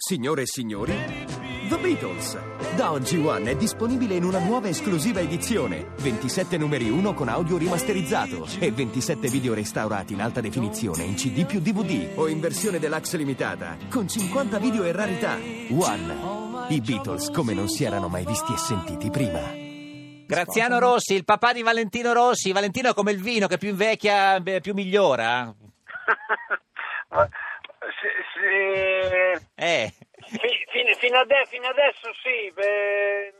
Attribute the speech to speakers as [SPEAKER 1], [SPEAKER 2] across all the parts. [SPEAKER 1] Signore e signori, The Beatles! Da oggi One è disponibile in una nuova esclusiva edizione. 27 numeri 1 con audio rimasterizzato e 27 video restaurati in alta definizione in CD più DVD o in versione deluxe limitata con 50 video e rarità. One. I Beatles come non si erano mai visti e sentiti prima.
[SPEAKER 2] Graziano Rossi, il papà di Valentino Rossi. Valentino è come il vino che più invecchia, beh, più migliora.
[SPEAKER 3] Ma- sì, sì,
[SPEAKER 2] Eh,
[SPEAKER 3] fi- fino, fino ade- fino adesso sì, beh,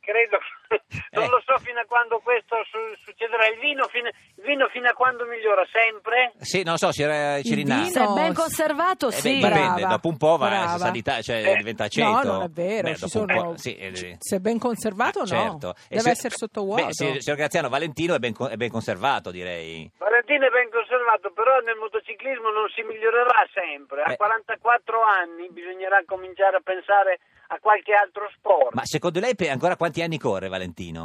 [SPEAKER 3] credo che... Non
[SPEAKER 2] Eh.
[SPEAKER 3] lo so fino a quando questo su- succederà. Il vino, fino, il vino fino a quando migliora? Sempre?
[SPEAKER 2] sì, non so, Cir- Cirinà.
[SPEAKER 4] Il
[SPEAKER 5] Se è
[SPEAKER 4] No,
[SPEAKER 5] ben conservato,
[SPEAKER 2] Eh,
[SPEAKER 5] sì.
[SPEAKER 2] beh, dipende,
[SPEAKER 4] brava,
[SPEAKER 2] dopo un po' va,
[SPEAKER 4] brava.
[SPEAKER 2] si sanità, cioè
[SPEAKER 3] Eh,
[SPEAKER 2] diventa 100.
[SPEAKER 4] No, non è vero,
[SPEAKER 2] Beh,
[SPEAKER 4] ci
[SPEAKER 2] dopo un
[SPEAKER 4] sono-
[SPEAKER 2] po', sì, eh, sì.
[SPEAKER 4] Se è ben conservato, no.
[SPEAKER 2] Certo. E
[SPEAKER 4] Deve
[SPEAKER 2] se-
[SPEAKER 4] essere sottovuoto.
[SPEAKER 2] Beh, sì, signor Graziano, Valentino è ben, co- è ben conservato, direi.
[SPEAKER 3] Valentino è ben conservato, però nel motociclismo non si migliorerà sempre. A
[SPEAKER 2] Beh.
[SPEAKER 3] 44 anni bisognerà cominciare a pensare a qualche altro sport.
[SPEAKER 2] Ma secondo lei per- ancora quanti anni corre Valentino?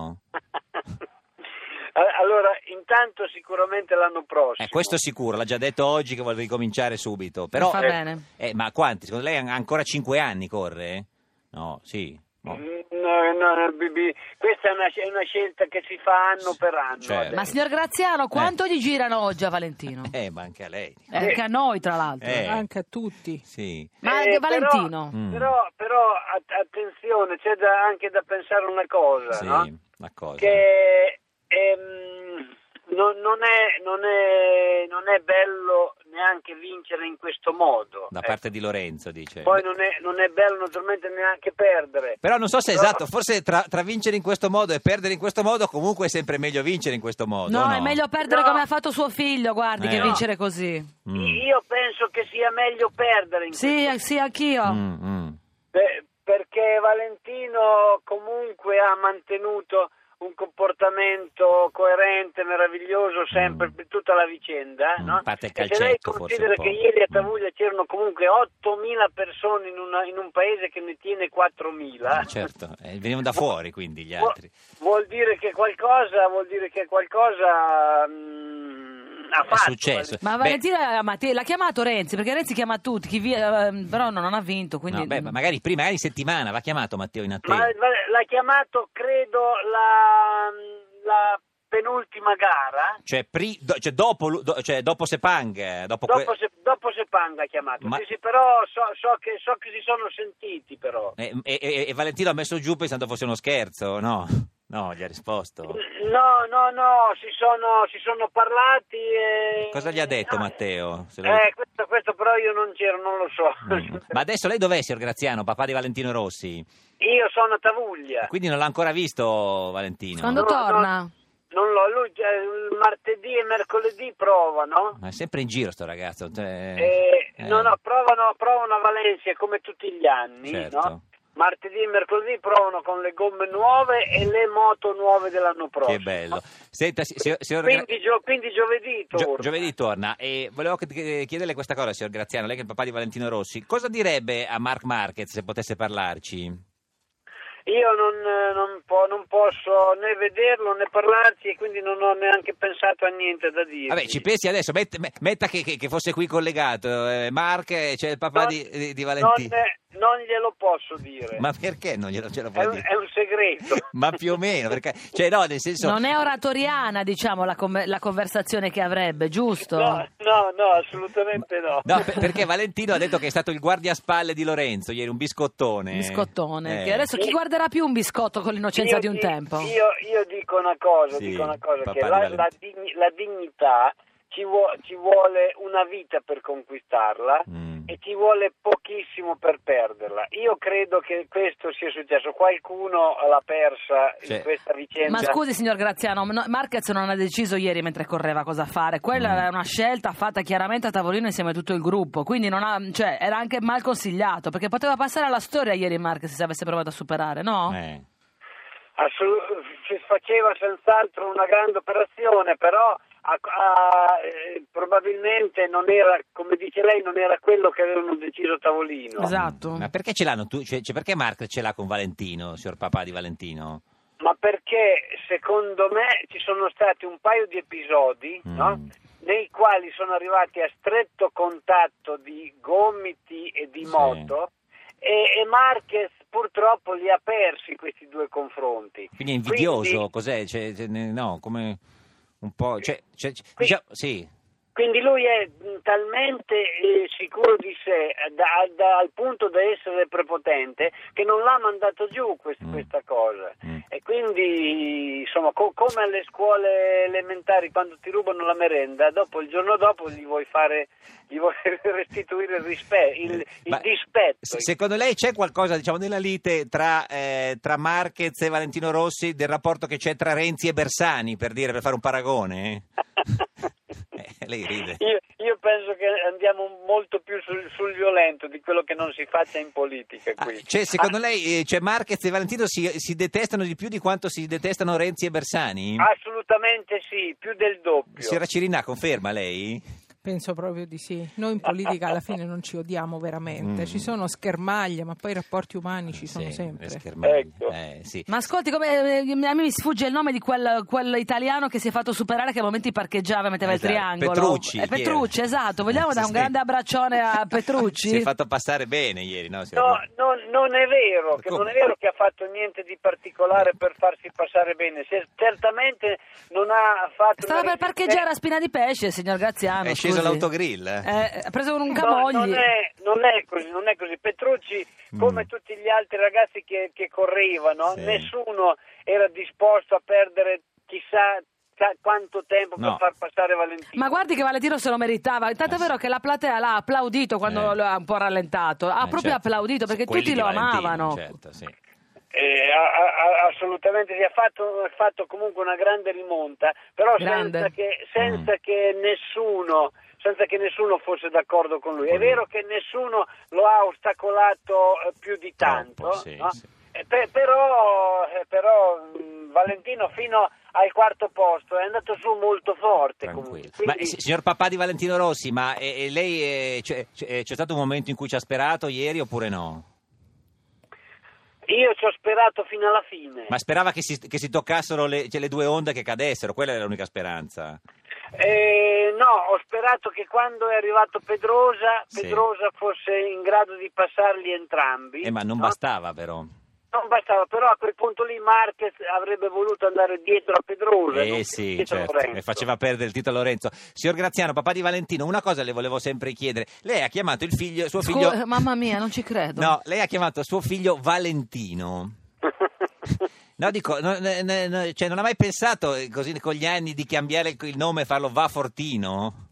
[SPEAKER 3] A- allora, intanto sicuramente l'anno prossimo.
[SPEAKER 2] Eh, questo è sicuro, l'ha già detto oggi che vuole ricominciare subito. Però,
[SPEAKER 5] Fa bene.
[SPEAKER 2] eh, ma quanti? Secondo lei an- ancora 5 anni corre? No, sì. Boh. no.
[SPEAKER 3] Mm, No, no, no, Bibi, questa è una, è una scelta che si fa anno per anno.
[SPEAKER 2] certo.
[SPEAKER 3] adesso.
[SPEAKER 5] Ma signor Graziano, quanto gli girano oggi a Valentino?
[SPEAKER 2] Eh, ma anche a lei.
[SPEAKER 5] Eh, Anche a noi, tra l'altro.
[SPEAKER 2] Eh.
[SPEAKER 4] Anche a tutti.
[SPEAKER 2] Sì.
[SPEAKER 5] Ma
[SPEAKER 3] Eh,
[SPEAKER 5] anche Valentino.
[SPEAKER 2] Mm.
[SPEAKER 3] Però, però att- attenzione, c'è da- anche da pensare una cosa,
[SPEAKER 2] Sì,
[SPEAKER 3] no?
[SPEAKER 2] una cosa.
[SPEAKER 3] che ehm, non, non è, non, è, non è bello neanche vincere in questo modo.
[SPEAKER 2] Da
[SPEAKER 3] ecco.
[SPEAKER 2] parte di Lorenzo, dice.
[SPEAKER 3] Poi non è, non è bello naturalmente neanche perdere.
[SPEAKER 2] Però non so se è
[SPEAKER 3] Però-
[SPEAKER 2] esatto, forse tra, tra vincere in questo modo e perdere in questo modo, comunque è sempre meglio vincere in questo modo.
[SPEAKER 5] No,
[SPEAKER 2] o
[SPEAKER 5] è meglio perdere
[SPEAKER 3] No.
[SPEAKER 5] come ha fatto suo figlio, guardi,
[SPEAKER 2] Eh.
[SPEAKER 5] che
[SPEAKER 2] No.
[SPEAKER 5] vincere così.
[SPEAKER 2] Mm,
[SPEAKER 3] Io penso che sia meglio perdere in
[SPEAKER 5] Sì, eh, sì, anch'io.
[SPEAKER 2] mm, mm.
[SPEAKER 3] Beh, perché Valentino comunque ha mantenuto un comportamento coerente, meraviglioso sempre
[SPEAKER 2] Mm.
[SPEAKER 3] per tutta la vicenda, eh,
[SPEAKER 2] Mm,
[SPEAKER 3] no?
[SPEAKER 2] a parte il
[SPEAKER 3] E se lei
[SPEAKER 2] calcetto, forse
[SPEAKER 3] considera
[SPEAKER 2] un po'.
[SPEAKER 3] che ieri a
[SPEAKER 2] Mm.
[SPEAKER 3] Tavuglia c'erano comunque 8.000 persone in, una- in un paese che ne tiene 4.000,
[SPEAKER 2] Eh, Certo, eh, venivano da fuori quindi gli altri.
[SPEAKER 3] vuol dire che qualcosa, vuol dire che qualcosa mm, ha
[SPEAKER 2] È
[SPEAKER 3] fatto.
[SPEAKER 2] successo.
[SPEAKER 5] Ma
[SPEAKER 2] Beh,
[SPEAKER 5] Valentino eh, ma te- l'ha chiamato Renzi, perché Renzi chiama tutti, chi via, eh, però no, non ha vinto, quindi... mm.
[SPEAKER 2] no, beh, ma magari prima, magari settimana, va chiamato Matteo in
[SPEAKER 3] Ma
[SPEAKER 2] attesa.
[SPEAKER 3] va- l'ha chiamato, credo, la, la penultima gara.
[SPEAKER 2] Cioè, pri- do- cioè, dopo, lu- do- cioè, dopo Sepang, eh, dopo, que-
[SPEAKER 3] Dopo, se, dopo Sepang ha chiamato,
[SPEAKER 2] Ma-
[SPEAKER 3] sì, sì, però so, so che, so che si sono sentiti però.
[SPEAKER 2] Eh, e, e- e Valentino ha messo giù pensando fosse uno scherzo, no? No, gli ha risposto.
[SPEAKER 3] No, no, no, si sono, si sono parlati e...
[SPEAKER 2] Cosa gli ha detto
[SPEAKER 3] No.
[SPEAKER 2] Matteo? Se lo-
[SPEAKER 3] Eh, questo, questo però io non c'ero, non lo so.
[SPEAKER 2] Mm. Ma adesso lei dov'è, signor Graziano, papà di Valentino Rossi?
[SPEAKER 3] Io sono a Tavuglia.
[SPEAKER 2] Quindi non l'ha ancora visto Valentino.
[SPEAKER 5] Quando
[SPEAKER 3] No,
[SPEAKER 5] torna?
[SPEAKER 3] no. Non lo, lui eh, il martedì e mercoledì provano.
[SPEAKER 2] Ma è sempre in giro sto ragazzo. cioè,
[SPEAKER 3] Eh,
[SPEAKER 2] eh,
[SPEAKER 3] No, no, provano, provano a Valencia come tutti gli anni,
[SPEAKER 2] Certo.
[SPEAKER 3] no? Martedì e mercoledì provano con le gomme nuove e le moto nuove dell'anno prossimo.
[SPEAKER 2] Che bello. Senta, si- si- signor Gra-
[SPEAKER 3] Quindi, gio- quindi giovedì
[SPEAKER 2] Gio-
[SPEAKER 3] torna.
[SPEAKER 2] giovedì torna e volevo che- che- chiederle questa cosa, signor Graziano, lei che è il papà di Valentino Rossi, cosa direbbe a Mark Marquez se potesse parlarci?
[SPEAKER 3] Io non, eh, non po- non posso né vederlo né parlarci e quindi non ho neanche pensato a niente da dire.
[SPEAKER 2] Vabbè, ci pensi adesso, met- me- metta che, che- che fosse qui collegato eh, Mark, eh, c'è il papà di, di- di Valentino.
[SPEAKER 3] Non, eh, non glielo posso dire.
[SPEAKER 2] Ma perché non glielo ce lo
[SPEAKER 3] è,
[SPEAKER 2] puoi
[SPEAKER 3] un,
[SPEAKER 2] dire?
[SPEAKER 3] è un segreto.
[SPEAKER 2] Ma più o meno, perché... Cioè, no, nel senso...
[SPEAKER 5] Non è oratoriana, diciamo, la, com- la conversazione che avrebbe, giusto?
[SPEAKER 3] No, no, no, assolutamente no.
[SPEAKER 2] No, per- perché Valentino ha detto che è stato il guardiaspalle di Lorenzo ieri, un biscottone.
[SPEAKER 5] Biscottone,
[SPEAKER 2] Eh.
[SPEAKER 5] che adesso chi
[SPEAKER 3] Sì.
[SPEAKER 5] guarderà più un biscotto con l'innocenza
[SPEAKER 3] Io
[SPEAKER 5] di un
[SPEAKER 3] di-
[SPEAKER 5] tempo?
[SPEAKER 3] Io, io dico una cosa,
[SPEAKER 2] Sì,
[SPEAKER 3] dico una cosa,
[SPEAKER 2] papà
[SPEAKER 3] che
[SPEAKER 2] di
[SPEAKER 3] la,
[SPEAKER 2] Valentino.
[SPEAKER 3] la digni- la dignità ci, vuo- ci vuole una vita per conquistarla
[SPEAKER 2] Mm.
[SPEAKER 5] Eh,
[SPEAKER 3] e ci vuole pochissimo per perderla. Io credo che questo sia successo, qualcuno l'ha persa
[SPEAKER 2] Cioè,
[SPEAKER 3] in questa
[SPEAKER 5] Ma
[SPEAKER 3] vicenda.
[SPEAKER 5] scusi, signor Graziano, no- Marquez non ha deciso ieri mentre correva cosa fare. Quella
[SPEAKER 2] Mm.
[SPEAKER 5] era una scelta fatta chiaramente a tavolino insieme a tutto il gruppo. Quindi non ha- cioè, era anche mal consigliato perché poteva passare alla storia ieri Marquez se avesse provato a superare, no?
[SPEAKER 2] Eh.
[SPEAKER 3] Assu- si faceva senz'altro una grande operazione, però a- a- eh, probabilmente non era, come dice lei, non era quello che avevano deciso a tavolino.
[SPEAKER 5] Esatto.
[SPEAKER 2] Mm. Ma perché ce l'hanno tu? Cioè, cioè, perché Mark ce l'ha con Valentino, signor papà di Valentino?
[SPEAKER 3] ma perché secondo me ci sono stati un paio di episodi
[SPEAKER 2] Mm.
[SPEAKER 3] no? nei quali sono arrivati a stretto contatto di gomiti e di
[SPEAKER 2] Sì.
[SPEAKER 3] moto e, e Marquez purtroppo li ha persi questi due confronti.
[SPEAKER 2] Quindi è invidioso,
[SPEAKER 3] Quindi-
[SPEAKER 2] cos'è? Cioè, cioè, ne- no, come un po'... Cioè, cioè, cioè,
[SPEAKER 3] Qui-
[SPEAKER 2] diciamo- sì,
[SPEAKER 3] Quindi lui è mh, talmente eh, sicuro di sé, eh, da- da- al punto da essere prepotente, che non l'ha mandato giù quest-
[SPEAKER 2] Mm.
[SPEAKER 3] questa cosa.
[SPEAKER 2] Mm.
[SPEAKER 3] E quindi, insomma, co- come alle scuole elementari quando ti rubano la merenda, dopo il giorno dopo gli vuoi fare, gli vuoi restituire il rispetto, il, il
[SPEAKER 2] Ma
[SPEAKER 3] dispetto.
[SPEAKER 2] se- secondo lei c'è qualcosa, diciamo, nella lite tra, eh, tra Marquez e Valentino Rossi del rapporto che c'è tra Renzi e Bersani, per dire, per fare un paragone? Eh, lei ride.
[SPEAKER 3] Io, io penso che andiamo molto più sul, sul violento di quello che non si faccia in politica
[SPEAKER 2] Ah,
[SPEAKER 3] qui.
[SPEAKER 2] cioè, secondo
[SPEAKER 3] Ah,
[SPEAKER 2] lei eh, cioè Marquez e Valentino si, si detestano di più di quanto si detestano Renzi e Bersani?
[SPEAKER 3] Ah, Assolutamente sì, più del doppio.
[SPEAKER 2] Signora Cirinà, conferma lei?
[SPEAKER 4] Penso proprio di sì. Noi in politica alla fine non ci odiamo veramente.
[SPEAKER 2] Mm. Eh,
[SPEAKER 4] Ci sono schermaglie, ma poi i rapporti umani ci sono
[SPEAKER 2] Sì, le
[SPEAKER 4] sempre.
[SPEAKER 2] schermaglie.
[SPEAKER 3] Ecco.
[SPEAKER 2] Eh, sì.
[SPEAKER 5] Ma ascolti, come, eh, a me mi sfugge il nome di quel, quell'italiano che si è fatto superare che a momenti parcheggiava e metteva
[SPEAKER 2] Esatto,
[SPEAKER 5] il triangolo.
[SPEAKER 2] Petrucci,
[SPEAKER 5] Eh, Petrucci,
[SPEAKER 2] chi era?
[SPEAKER 5] esatto. Vogliamo
[SPEAKER 2] Eh,
[SPEAKER 5] dare
[SPEAKER 2] sì,
[SPEAKER 5] un
[SPEAKER 2] sì.
[SPEAKER 5] grande abbraccione a
[SPEAKER 2] si è
[SPEAKER 5] Petrucci?
[SPEAKER 2] fatto passare bene ieri, no? signora?
[SPEAKER 3] No, non, non è vero, che non
[SPEAKER 2] Come?
[SPEAKER 3] è vero che ha fatto niente di particolare per farsi passare bene. Se- certamente non ha fatto.
[SPEAKER 5] Stava per parcheggiare a Spina di Pesce, il signor Graziano.
[SPEAKER 2] È sceso
[SPEAKER 5] scusi.
[SPEAKER 2] l'autogrill?
[SPEAKER 5] Eh, ha preso un
[SPEAKER 3] No,
[SPEAKER 5] camogli.
[SPEAKER 3] non, è, non è così, non è così. Petrucci, come tutti gli altri ragazzi che, che
[SPEAKER 2] Mm.
[SPEAKER 3] correvano,
[SPEAKER 2] Sì.
[SPEAKER 3] nessuno era disposto a perdere chissà ta- quanto tempo
[SPEAKER 2] No.
[SPEAKER 3] per far passare Valentino.
[SPEAKER 5] Ma guardi che Valentino se lo meritava. Intanto
[SPEAKER 2] Eh,
[SPEAKER 5] è
[SPEAKER 2] sì.
[SPEAKER 5] vero che la platea l'ha applaudito quando
[SPEAKER 2] Eh.
[SPEAKER 5] lo ha un po' rallentato. Ha
[SPEAKER 2] Eh,
[SPEAKER 5] proprio
[SPEAKER 2] certo.
[SPEAKER 5] applaudito
[SPEAKER 2] Sì,
[SPEAKER 5] perché
[SPEAKER 2] quelli
[SPEAKER 5] tutti
[SPEAKER 2] di
[SPEAKER 5] lo
[SPEAKER 2] Valentino,
[SPEAKER 5] amavano.
[SPEAKER 2] certo, sì.
[SPEAKER 3] Eh, a- a- a- assolutamente sì, ha fatto, ha fatto comunque una grande rimonta, però senza
[SPEAKER 5] Grande.
[SPEAKER 3] che, senza
[SPEAKER 2] Mm.
[SPEAKER 3] che nessuno senza che nessuno fosse d'accordo con lui. È
[SPEAKER 2] Con lui.
[SPEAKER 3] vero che nessuno lo ha ostacolato eh, più di tanto,
[SPEAKER 2] Troppo, sì,
[SPEAKER 3] no?
[SPEAKER 2] sì.
[SPEAKER 3] Eh, pe- però, eh, però, mh, Valentino fino al quarto posto è andato su molto forte.
[SPEAKER 2] Tranquillo.
[SPEAKER 3] comunque.
[SPEAKER 2] Ma
[SPEAKER 3] Quindi-
[SPEAKER 2] si- signor papà di Valentino Rossi, ma eh, eh, lei eh, c'è, c'è- c'è stato un momento in cui ci ha sperato ieri oppure no?
[SPEAKER 3] Io ci ho sperato fino alla fine.
[SPEAKER 2] Ma sperava che si, che si toccassero le, cioè, le due onde che cadessero, quella era l'unica speranza.
[SPEAKER 3] Eh, no, ho sperato che quando è arrivato Pedrosa,
[SPEAKER 2] Sì.
[SPEAKER 3] Pedrosa fosse in grado di passarli entrambi.
[SPEAKER 2] Eh, ma non
[SPEAKER 3] no?
[SPEAKER 2] bastava però.
[SPEAKER 3] Non bastava, però a quel punto lì Marquez avrebbe voluto andare dietro a Pedrosa. non
[SPEAKER 2] Eh sì,
[SPEAKER 3] dietro a
[SPEAKER 2] certo,
[SPEAKER 3] Lorenzo.
[SPEAKER 2] e faceva perdere il titolo a Lorenzo. Signor Graziano, papà di Valentino, una cosa le volevo sempre chiedere. Lei ha chiamato il figlio, suo
[SPEAKER 5] Scu-
[SPEAKER 2] figlio...
[SPEAKER 5] mamma mia, non ci credo.
[SPEAKER 2] No, lei ha chiamato suo figlio Valentino. No, dico, no, ne- ne- ne- cioè, non ha mai pensato eh, così con gli anni di cambiare il, il nome e farlo Va Fortino?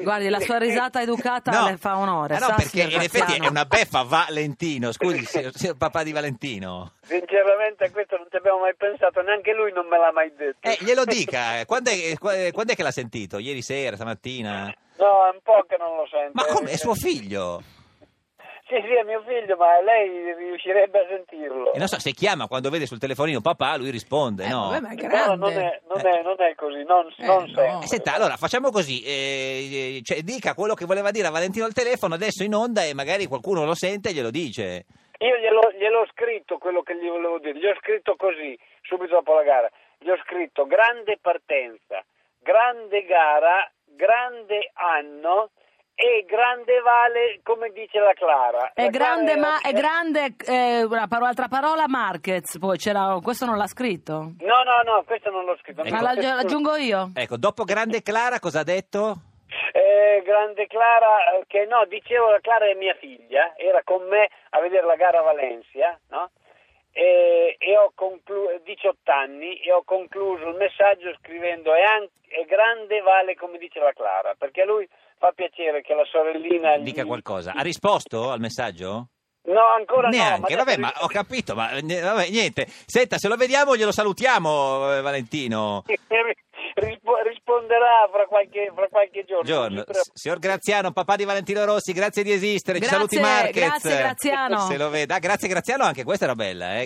[SPEAKER 5] Guardi, la sua risata educata
[SPEAKER 2] Eh, No.
[SPEAKER 5] le fa onore.
[SPEAKER 2] Ah, no,
[SPEAKER 5] sa,
[SPEAKER 2] perché
[SPEAKER 5] signor
[SPEAKER 2] in effetti
[SPEAKER 5] Graziano?
[SPEAKER 2] è una beffa Valentino. Scusi, signor- signor papà di Valentino.
[SPEAKER 3] Sinceramente a questo non ci abbiamo mai pensato, neanche lui non me l'ha mai detto.
[SPEAKER 2] Eh, glielo dica, eh, quando è, qua- eh, quando è che l'ha sentito? Ieri sera, stamattina?
[SPEAKER 3] No, è un po' che non lo sento.
[SPEAKER 2] Ma come? È
[SPEAKER 3] Eh,
[SPEAKER 2] suo figlio?
[SPEAKER 3] Sì, sì, è mio figlio, ma lei riuscirebbe a sentirlo.
[SPEAKER 2] E non so, se chiama quando vede sul telefonino papà, lui risponde,
[SPEAKER 4] Eh,
[SPEAKER 2] no?
[SPEAKER 4] vabbè, ma è
[SPEAKER 3] No,
[SPEAKER 4] grande.
[SPEAKER 3] non è, non è- non è così, non,
[SPEAKER 4] Eh,
[SPEAKER 3] non
[SPEAKER 4] no.
[SPEAKER 2] Eh,
[SPEAKER 3] sempre.
[SPEAKER 2] Senta, allora facciamo così, eh, eh, cioè, dica quello che voleva dire a Valentino al telefono adesso in onda e magari qualcuno lo sente e glielo dice.
[SPEAKER 3] Io gliel'ho, gliel'ho scritto quello che gli volevo dire, gli ho scritto così, subito dopo la gara, gli ho scritto grande partenza, grande gara, grande anno e grande vale come dice la Clara.
[SPEAKER 5] È
[SPEAKER 3] La
[SPEAKER 5] grande,
[SPEAKER 3] Clara
[SPEAKER 5] ma è grande, eh, una parola, altra parola, Marquez. Poi c'era, questo non l'ha scritto.
[SPEAKER 3] No, no, no, questo non l'ho scritto.
[SPEAKER 5] Ma la- l'aggiungo io.
[SPEAKER 2] Ecco, dopo Grande Clara cosa ha detto?
[SPEAKER 3] Eh, grande Clara, eh, che no, dicevo la Clara è mia figlia, era con me a vedere la gara a Valencia, no? E, e ho conclu- 18 anni e ho concluso il messaggio scrivendo è, an- è grande vale come dice la Clara, perché a lui fa piacere che la sorellina gli-
[SPEAKER 2] Dica qualcosa. Ha risposto al messaggio?
[SPEAKER 3] No, ancora no.
[SPEAKER 2] Neanche, vabbè,
[SPEAKER 3] adesso-
[SPEAKER 2] ma ho capito, ma eh, vabbè, niente. Senta, se lo vediamo glielo salutiamo, eh, Valentino.
[SPEAKER 3] Rispo- risponderà fra qualche, fra qualche giorno.
[SPEAKER 2] Buongiorno. S- Signor Graziano, papà di Valentino Rossi, grazie di esistere. Ci
[SPEAKER 5] Grazie,
[SPEAKER 2] saluti Marquez.
[SPEAKER 5] grazie, Graziano.
[SPEAKER 2] Se lo veda. Grazie Graziano, Ah, anche questa era bella, eh.